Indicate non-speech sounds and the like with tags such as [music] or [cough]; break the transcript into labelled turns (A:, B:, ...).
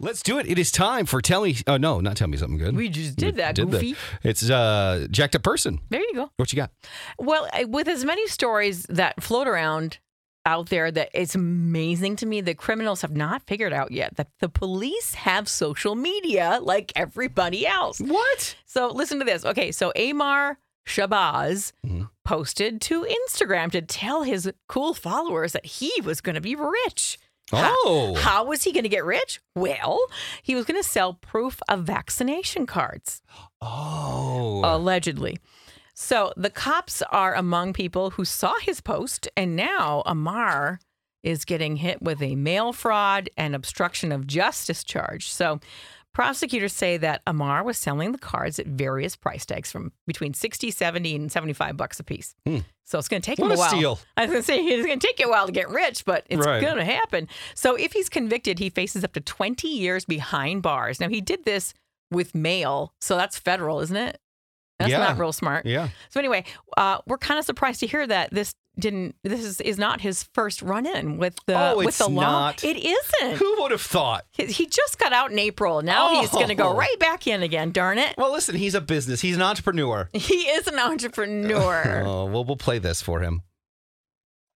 A: Let's do it. It is time for tell me. Oh no, not tell me something good.
B: We just did that, goofy.
A: It's uh, jacked up person.
B: There you go.
A: What you got?
B: Well, I- with as many stories that float around out there, that it's amazing to me that criminals have not figured out yet that the police have social media like everybody else.
A: What?
B: So listen to this. Okay, so Amar Shabazz posted to Instagram to tell his cool followers that he was going to be rich. How-
A: Oh.
B: how was he going to get rich? Well, he was going to sell proof of vaccination cards
A: Oh.
B: allegedly. So the cops are among people who saw his post, and now Amar is getting hit with a mail fraud and obstruction of justice charge. So prosecutors say that Amar was selling the cards at various price tags from between 60, 70, and 75 bucks a piece. So it's going to take
A: What
B: him a,
A: a
B: while.
A: steal.
B: I was going to say it's going to take you a while to get rich, but it's
A: Right.
B: going to happen. So if he's convicted, he faces up to 20 years behind bars. Now he did this with mail, so that's federal, isn't it? That's
A: Yeah.
B: not real smart. [laughs]
A: yeah.
B: So anyway, uh, we're kind of surprised to hear that this didn't. This is, is not his first run-in with the
A: Oh,
B: with
A: it's
B: the law.
A: not.
B: It isn't.
A: Who would have thought?
B: He- He just got out in April. Now he's going to go
A: Oh.
B: right back in again. Darn it!
A: Well, listen, he's a business. He's an entrepreneur.
B: He is an entrepreneur.
A: [laughs] Oh, well, we'll play this for him.